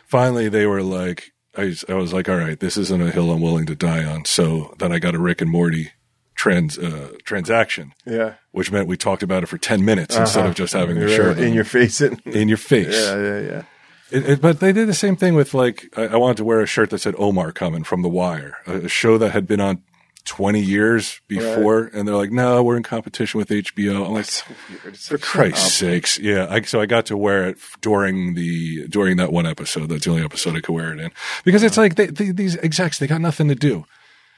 Finally, they were like, I, I was like, all right, this isn't a hill I'm willing to die on. So then I got a Rick and Morty trans uh, transaction, Yeah. which meant we talked about it for ten minutes instead of just having the shirt Uh-huh. in on. your face. It. Yeah, in your face. yeah, yeah. It, it, but they did the same thing with like I, I wanted to wear a shirt that said Omar coming from The Wire, a, a show that had been on twenty years before, and they're like, "No, we're in competition with HBO." I'm like, For "Christ's sakes, yeah!" I, so I got to wear it f- during the during that one episode. That's the only episode I could wear it in because it's like they, they, these execs they got nothing to do,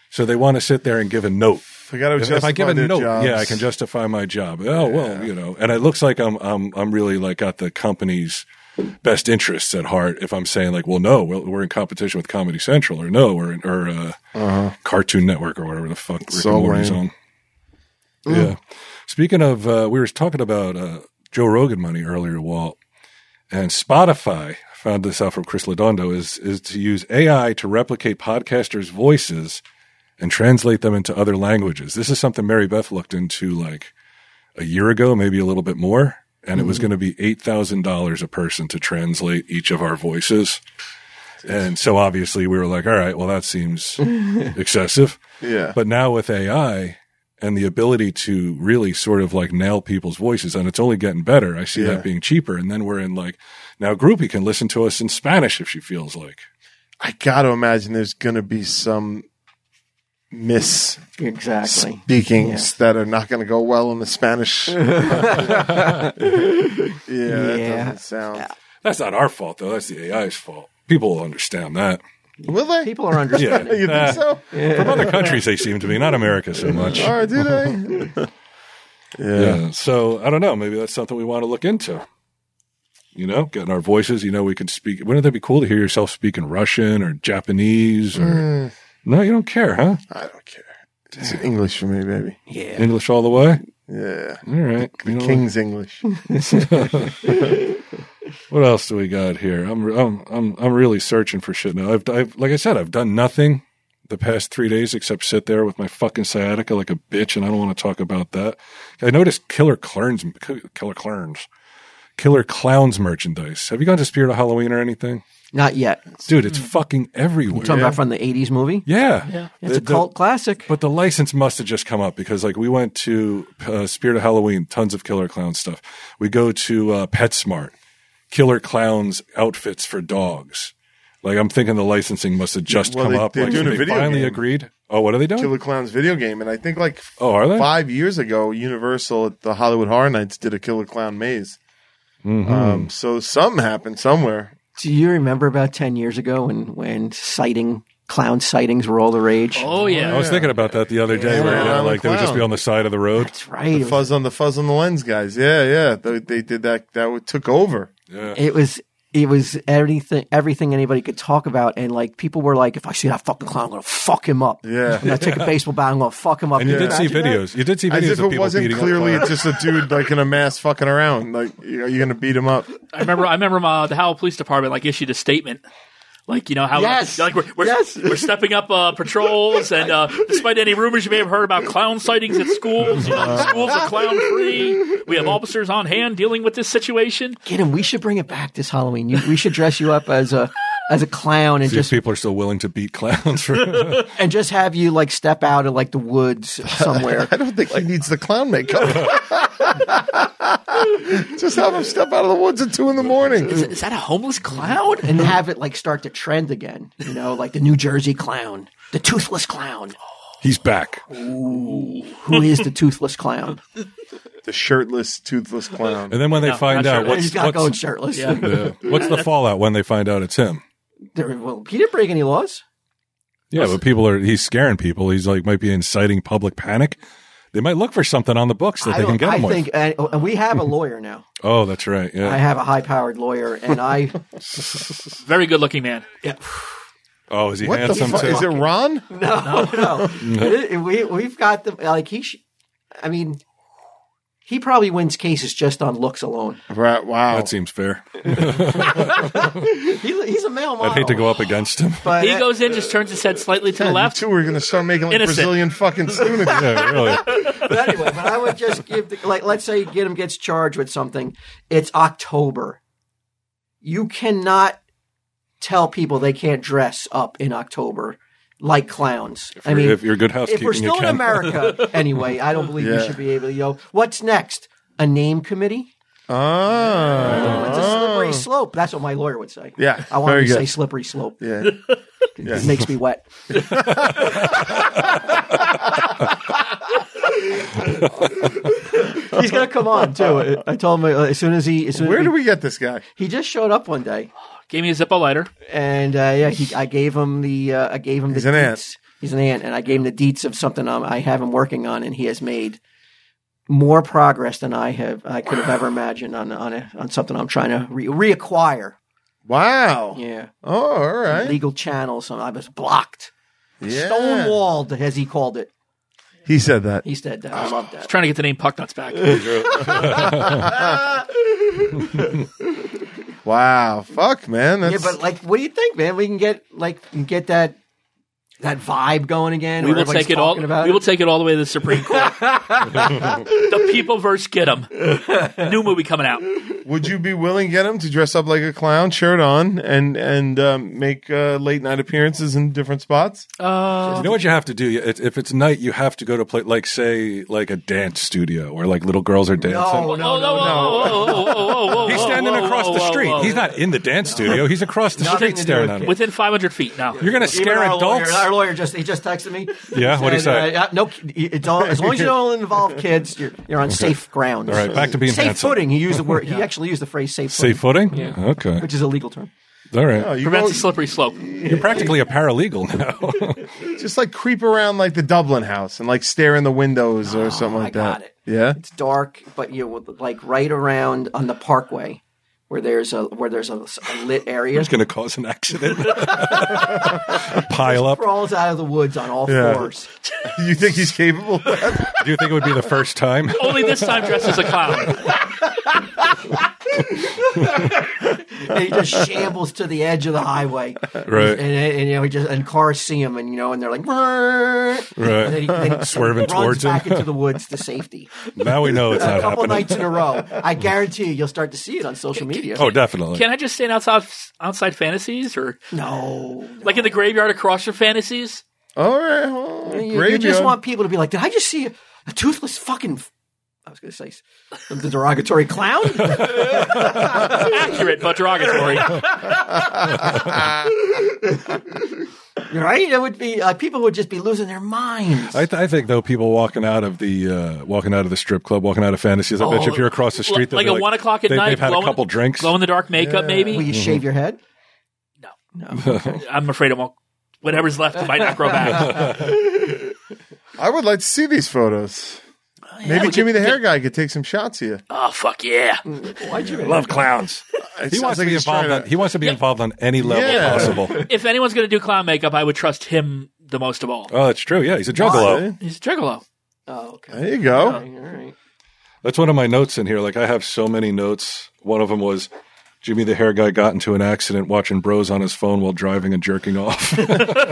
so they want to sit there and give a note. I got to If, if I give a note, jobs. yeah, I can justify my job. Oh well, you know, and it looks like I'm I'm I'm really like got the company's best interests at heart. If I'm saying like, well, no, we're, we're in competition with Comedy Central, or no, or or uh, Cartoon Network, or whatever the fuck Rick Uh-huh. So and Morty's lame. Mm. on. Yeah. Speaking of, uh, we were talking about uh, Joe Rogan money earlier, Walt, and Spotify. I Found this out from Chris Ladondo is is to use AI to replicate podcasters' voices and translate them into other languages. This is something Mary Beth looked into like a year ago, maybe a little bit more. And it was going to be $8,000 a person to translate each of our voices. And so obviously we were like, all right, well, that seems excessive. Yeah. But now with AI and the ability to really sort of like nail people's voices, and it's only getting better, I see Yeah. that being cheaper. And then we're in like, now Groupie can listen to us in Spanish if she feels like. I got to imagine there's going to be some miss Exactly. speakings that are not going to go well in the Spanish. yeah, that Yeah. doesn't sound. That's not our fault, though. That's the AI's fault. People will understand that. Will they? Oh, People are under Yeah. you think Uh, so? From other countries, they seem to be, not America so much. All right, do they? yeah. Yeah. So I don't know. Maybe that's something we want to look into. You know, getting our voices. You know, we can speak. Wouldn't that be cool to hear yourself speaking Russian or Japanese or? Hmm. No, you don't care, huh? I don't care. It's English for me, baby. Yeah. English all the way. Yeah. All right. You know, King's English. what else do we got here? I'm I'm I'm I'm really searching for shit now. I've, I've like I said, I've done nothing the past three days except sit there with my fucking sciatica like a bitch, and I don't want to talk about that. I noticed Killer Clowns, Killer Clowns, Killer Clowns merchandise. Have you gone to Spirit of Halloween or anything, Not yet. dude? It's fucking everywhere. Talking about from the '80s movie. yeah, Yeah. It's The- a cult classic. but the license must have just come up because, like, we went to uh, Spirit of Halloween, tons of Killer Clown stuff. We go to uh, PetSmart, Killer Clowns outfits for dogs. Like, I'm thinking the licensing must have just Well, come they- up. they're like, doing a they video finally game. agreed. Oh, what are they doing? Killer Clowns video game, and I think like oh, are they? five years ago, Universal at the Hollywood Horror Nights did a Killer Clown maze. Mm-hmm. Um, so something happened somewhere. Do you remember about ten years ago when when sighting clown sightings were all the rage? Oh I yeah. was thinking about that the other day. where, you know, Clown, like, they would just be clown. on the side of the road. That's right. It was, Fuzz on the fuzz on the lens, guys. Yeah, yeah. They, they did that. That would- took over. Yeah. it was it was everything everything anybody could talk about, and like people were like, "If I see that fucking clown, I'm gonna fuck him up. Yeah. I'm gonna take a baseball bat. I'm gonna fuck him up." And you Can did see imagine that? videos. You did see As videos if of it people wasn't beating up clearly clowns. just a dude like in a mask fucking around. Like, you- are you going to beat him up? I remember. I remember uh, the Howell Police Department like issued a statement. Like you know how Yes. like we're we're, Yes. we're stepping up uh, patrols and uh, despite any rumors you may have heard about clown sightings at schools, you know, Uh. the schools are clown free. We have officers on hand dealing with this situation. Get him. We should bring it back this Halloween. You, we should dress you up as a as a clown and These just people are still willing to beat clowns for. and just have you like step out of like the woods somewhere. I don't think he needs the clown makeup. Just have him step out of the woods at two in the morning. Is that a homeless clown? and have it like start to trend again. You know, like the New Jersey clown, the toothless clown. He's back. Who is the toothless clown? The shirtless, toothless clown. And then when they No, find not out sure. what's He's not going what's, shirtless. Yeah. yeah. what's the fallout when they find out it's him? There- well, he didn't break any laws. Yeah, but people are he's scaring people. He's like might be inciting public panic. They might look for something on the books that I they can get don't. I him with. think, and, and we have a lawyer now. oh, that's right. Yeah. I have a high-powered lawyer, and I. Very good looking man. oh, is he What the handsome fuck? too? Is it Ron? No, no. It- we we've got the like he. Sh- I mean, he probably wins cases just on looks alone. Right. Wow. that seems fair. He, he's a male model. I'd hate to go up against him. But He goes in, just turns his head slightly to the Man, you left. two are going to start making like Innocent. Brazilian fucking tuna. yeah, really. but anyway, but I would just give the, like let's say get him gets charged with something. It's October. You cannot tell people they can't dress up in October like clowns. I mean, if you're good if housekeeping, we're still you can. in America anyway, I don't believe Yeah. you should be able to go. What's next? A name committee? It's a Oh. Ah. slippery slope. That's what my lawyer would say. Yeah, I want very him to good. say slippery slope. Yeah. It makes me wet. He's gonna come on too. I told him uh, as soon as he as soon Where as do we get this guy? he just showed up one day, Gave me a Zippo lighter. and uh, yeah, he, I gave him the uh, I gave him He's the an deets. ant. He's an ant, and I gave him the deets of something um, I have him working on, and he has made more progress than I have I could have ever imagined on on a, on something I'm trying to re- reacquire. Wow. Yeah, Oh, all right. legal channels. um, I was blocked, Yeah. stonewalled, as he called it. He said that. He said that. I love that. Trying to get the name Pucknuts back. Wow. Fuck, man. Yeah, That's but like, what do you think, man? We can get like can get that that vibe going again. We where will everybody's take it all. talking We About will take it all the way to the Supreme Court. the people versus get 'em. New movie coming out. would you be willing to get him to dress up like a clown, shirt on, and and um, make uh, late night appearances in different spots? Uh, You know what you have to do? You- If if it's night, you have to go to play, like say, like a dance studio where like little girls are dancing. no, no, Oh, no, no, no. whoa, whoa, whoa, whoa, whoa, whoa, He's whoa, standing whoa, across whoa, the whoa, street. whoa. He's not in the dance studio. He's across the street to do staring with at him. oh, within 500 feet. No, You're going to Even scare our lawyer- adults. our lawyer just he just texted me. Yeah, what'd he said, say? uh, uh, no, it's all, as long as you don't involve kids, you're you're on safe grounds. All right, back to being safe handsome. footing. He used the word. He actually used the phrase safe footing, Safe footing? Okay. which is a legal term. All right. Oh, No, you prevents go- a slippery slope. You're practically a paralegal now. just like creep around like the Dublin house and like stare in the windows or something Oh, I like that. got it. Yeah. It's dark, but you know, like right around on the parkway where there's a where there's a, a lit area. It's going to cause an accident. Pile up. Crawls out of the woods on all Yeah. fours. You think he's capable? Of that? Do you think it would be the first time? Only this time dressed as a clown. and he just shambles to the edge of the highway. Right. And, and you know, he just and cars see him, and you know, and they're like, right. And then he, then he Swerving runs towards him. back into the woods to safety. Now we know it's a not couple happening. nights in a row. I guarantee you, you'll start to see it on social media. Oh, definitely. Can I just stand outside outside fantasies or no. like in the graveyard across your fantasies? All right. Well, You- You, graveyard. just want people to be like, did I just see a, a toothless fucking. f-" I was going to say s- the derogatory clown. Accurate but derogatory. right? It would be, uh, people would just be losing their minds. I, th- I think though people walking out of the uh, walking out of the strip club, walking out of fantasies. I bet you if you're across the street, they'll Oh, like be at one o'clock at they, night, they've had glowing- a couple drinks. Glow in the dark makeup, maybe. Mm-hmm. Will you shave your head? No. No. I'm afraid I won't. Whatever's left might not grow back. I would like to see these photos. Maybe we Jimmy the hair guy could take some shots of you. Uh, Oh fuck yeah! Why'd you Love clowns. He It sounds wants to like be he's involved. trying On, he wants to be involved on any level Yeah. possible. If anyone's gonna do clown makeup, I would trust him the most of all. Oh, that's true. Yeah, he's a juggalo. He's a juggalo. Oh, okay. There you go. All right. That's one of my notes in here. Like I have so many notes. One of them was Jimmy the hair guy got into an accident watching Bros on his phone while driving and jerking off.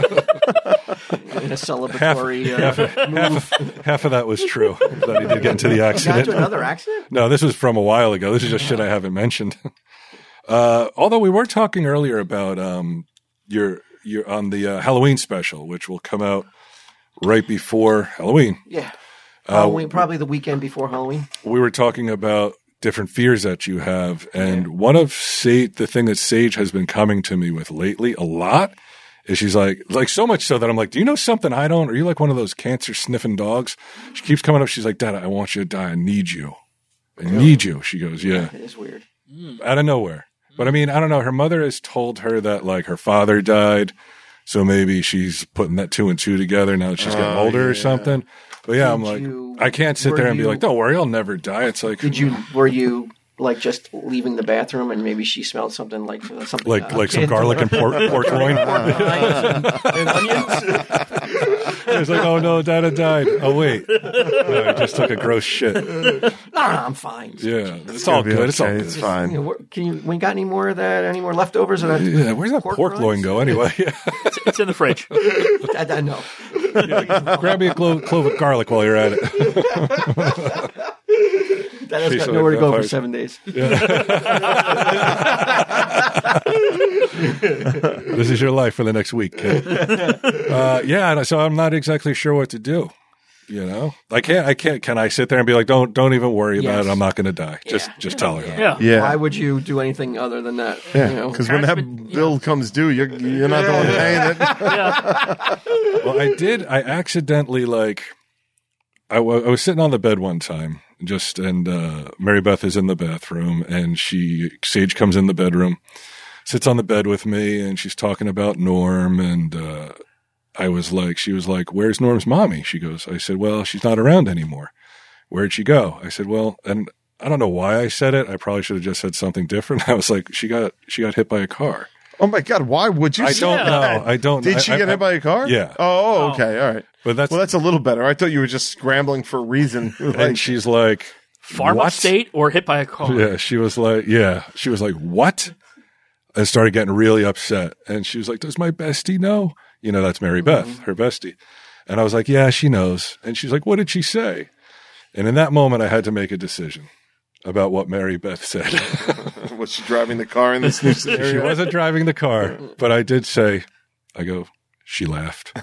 In a celebratory. half, uh, half, half of that was true that he did get into the got accident. to another accident? No, this was from a while ago. This is just shit I haven't mentioned. Uh, although we were talking earlier about um, your your on the uh, Halloween special, which will come out right before Halloween. Yeah. Uh, Halloween, probably the weekend before Halloween. We were talking about different fears that you have, and one of Sage, the thing that Sage has been coming to me with lately a lot And she's like, like so much so that I'm like, do you know something I don't? Are you like one of those cancer sniffing dogs? She keeps coming up. She's like, Dad, I want you to die. I need you. I need you. She goes, yeah It is weird. out of nowhere. But I mean, I don't know. Her mother has told her that like her father died, so maybe she's putting that two and two together now that she's getting Oh, older or yeah. something. But yeah, I'm Did like, you- I can't sit were there and be you- like, "Don't worry, I'll never die." It's like, Did you? Were you like just leaving the bathroom and maybe she smelled something like something like uh, like some garlic and pork, pork loin? It's like, oh no, Dada died. Oh wait, no, I just took a gross shit. Nah, I'm fine. Yeah, it's all good. It's all okay, good. It's You know, fine. where- can you? We got any more of that? Any more leftovers of that? Yeah, where's that pork, Pork loin rinds? go anyway? Yeah. It's in the fridge. I, I know. Grab me a clo- clove of garlic while you're at it. That has She got said nowhere to that go part. for seven days. this is your life for the next week. kid. uh, yeah, and so I'm not exactly sure what to do. You know, I can't. I can't. Can I sit there and be like, don't, don't even worry about Yes. it. I'm not going to die. Just, Yeah. just tell her. that. Yeah. Why Yeah. would you do anything other than that? You Yeah, know? because when that bill comes due, you're you're not the one paying it. Well, I did. I accidentally like. I wa- I was sitting on the bed one time, just and uh, Mary Beth is in the bathroom, and she Sage comes in the bedroom, sits on the bed with me, and she's talking about Norm, and uh, I was like, she was like, "Where's Norm's mommy?" She goes, I said, "Well, she's not around anymore. Where'd she go?" I said, "Well," and I don't know why I said it. I probably should have just said something different. I was like, "She got she got hit by a car." Oh my god, why would you? I say don't that? know. I don't. Did she I- get I- hit by a car? Yeah. Oh, okay. All right. But that's Well, that's a little better. I thought you were just scrambling for a reason. Like, and she's like. Farm What? upstate or hit by a car. Yeah, she was like, yeah, she was like, what? And started getting really upset. And she was like, does my bestie know? You know, that's Mary Beth, her bestie. And I was like, yeah, she knows. And she's like, what did she say? And in that moment, I had to make a decision about what Mary Beth said. was she driving the car in this new she scenario? wasn't driving the car, but I did say, I go, she laughed.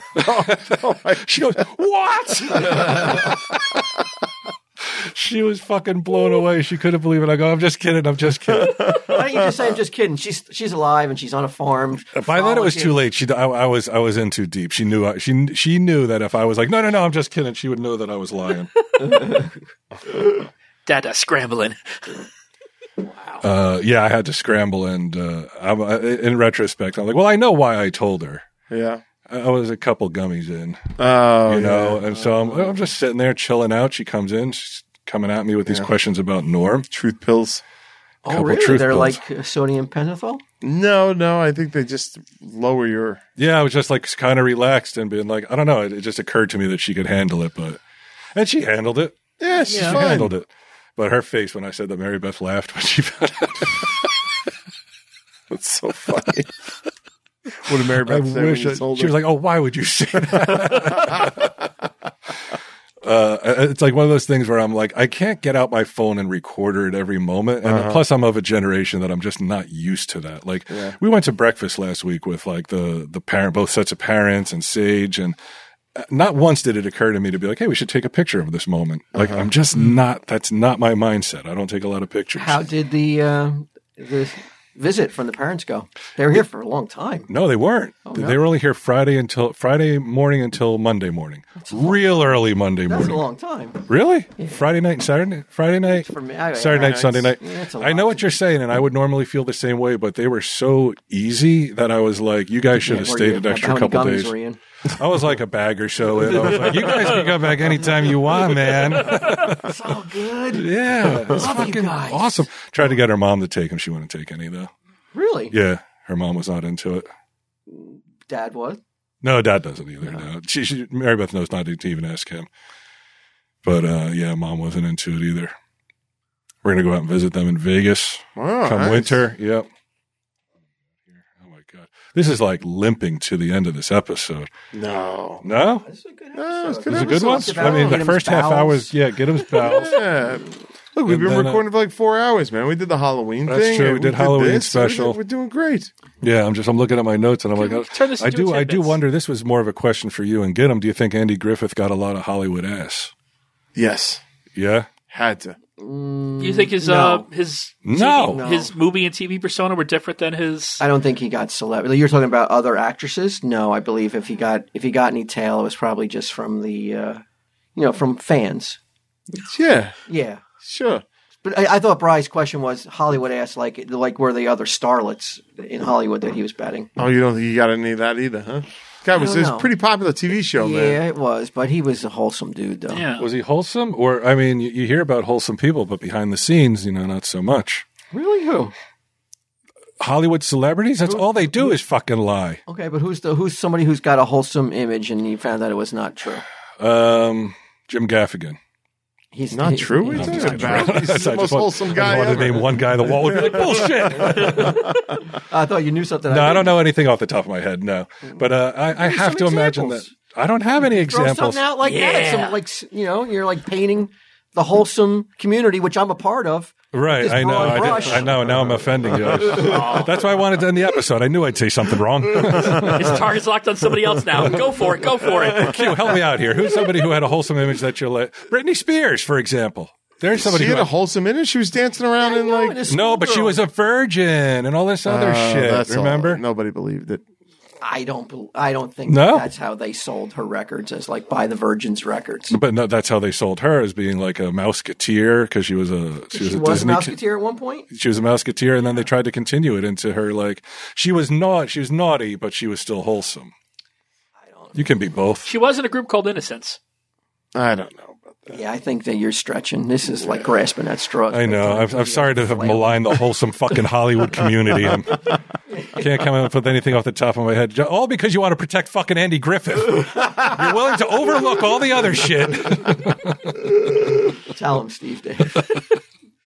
she goes, What? she was fucking blown away. She couldn't believe it. I go, I'm just kidding. I'm just kidding. Why don't you just say I'm just kidding? She's she's alive and she's on a farm. By then, it was too late. She, I, I was, I was in too deep. She knew, I, she, she knew that if I was like, no, no, no, I'm just kidding, she would know that I was lying. Dada scrambling. uh, yeah, I had to scramble, and uh, I'm, I, in retrospect, I'm like, well, I know why I told her. yeah. I I was a couple gummies in, Oh, you know, and so I'm, I'm just sitting there chilling out. She comes in, she's coming at me with these questions about Norm. truth pills. Oh, couple really? truth They're pills. like uh, sodium pentothal. No, no. I think they just lower your. Yeah, I was just like kind of relaxed and being like, I don't know. It, it just occurred to me that she could handle it, but and she handled it. Yeah, she's She fine. handled it. But her face when I said that Mary Beth laughed when she found out. That's so funny. what did Mary I Beth say when wish you I, told she was her? like, "Oh, why would you say that?" uh, it's like one of those things where I'm like, I can't get out my phone and record her at every moment. And Uh-huh. plus, I'm of a generation that I'm just not used to that. Like, we went to breakfast last week with like the the parent, both sets of parents, and Sage, and uh, not once did it occur to me to be like, "Hey, we should take a picture of this moment." Like, Uh-huh. I'm just not. That's not my mindset. I don't take a lot of pictures. How did the uh, the visit from the parents go? They were here for a long time. No, they weren't. Oh, They were only here Friday until Friday morning until Monday morning. Real early Monday That's a morning. long time. Really? Friday night and Saturday night? Friday night? For me, I- Saturday night, nights. Sunday night. Yeah, that's a I know lot. what you're saying, and I would normally feel the same way, but they were so easy that I was like, you guys should have Were stayed you- an extra how many couple gummies days. Were you in? I was like a bag or so in. I was like, you guys can come back anytime you want, man. It's all Oh, good. Yeah. It's Love you fucking guys. awesome. Tried to get her mom to take them. She wouldn't take any, though. Really? Yeah. Her mom was not into it. Dad was. No, Dad doesn't either. No, she, she Mary Beth knows not to even ask him. But uh, yeah, Mom wasn't into it either. We're gonna go out and visit them in Vegas Wow, come nice. winter. Yep. Oh my god, this is like limping to the end of this episode. No. No, This is a good No, it's episode. this is a Good good one. episode. I mean, the Giddim's first half hour was yeah, get him bowels. Yeah. Look, we've And been then, uh, recording for like four hours, man. We did the Halloween That's thing. true. and We did Halloween this. We're- special. We're doing great. Yeah, I'm just I'm looking at my notes and I'm like, we I- turn this I into do I do tidbits? wonder. This was more of a question for you and get him. Do you think Andy Griffith got a lot of Hollywood ass? Yes. Yeah, Had to. Mm, Do you think his no. uh his No. TV No. his movie and TV persona were different than his? I don't think he got celebrity. You're talking about other actresses? No, I believe if he got if he got any tail, it was probably just from the, uh, you know, from fans. Yeah, Yeah, sure. but I, I thought Bri's question was Hollywood asked like like were the other starlets in Hollywood that he was betting? Oh, you don't think you got any of that either, huh? God, it was, don't it was a know. pretty popular TV show, man. yeah, it was, but he was a wholesome dude though. yeah, Was he wholesome? Or, I mean, you, you hear about wholesome people, but behind the scenes, you know, not so much. Really, who? Hollywood celebrities, that's all they do is fucking lie. Okay, but who's the who's somebody who's got a wholesome image and you found out it was not true? Um, Jim Gaffigan. He's Not he- true. What are you he's talking not about? true. He's the I just most want- wholesome I guy wanted to ever. name one guy the wall would be like, bullshit. I thought you knew something. No, I didn't. don't know anything off the top of my head. No, but uh, I, I have to some imagine that examples. I don't have any Throw examples. something out like that. Yeah. Some like s- you know, you're like painting the wholesome community, which I'm a part of. Right, Just I know. broad I, brush. did, I know. Now I'm offending you. That's why I wanted to end the episode. I knew I'd say something wrong. his target's locked on somebody else now. Go for it. Go for it. Q, help me out here. Who's somebody who had a wholesome image that you like? Britney Spears, for example. There's somebody she who had a had, wholesome image. She was dancing around in like It is no, but she schoolgirl. was a virgin and all this other Oh, shit. that's all. Remember? Nobody believed it. I don't. bel- I don't think No. that's how they sold her records as like by the Virgin's records. But no, that's how they sold her as being like a mouseketeer because she was a she was She a was a Disney Mouseketeer at one point. she was a musketeer and then they tried to continue it into her like she was not she was naughty but she was still wholesome you can be both She was in a group called Innocence. I don't know. About that. Yeah, I think that you're stretching. This is like grasping at straws. i know i'm, I'm sorry to have maligned the wholesome fucking hollywood community I'm, i can't come up with anything off the top of my head Ju- all because you want to protect fucking andy griffith you're willing to overlook all the other shit Tell him, Steve. Dave.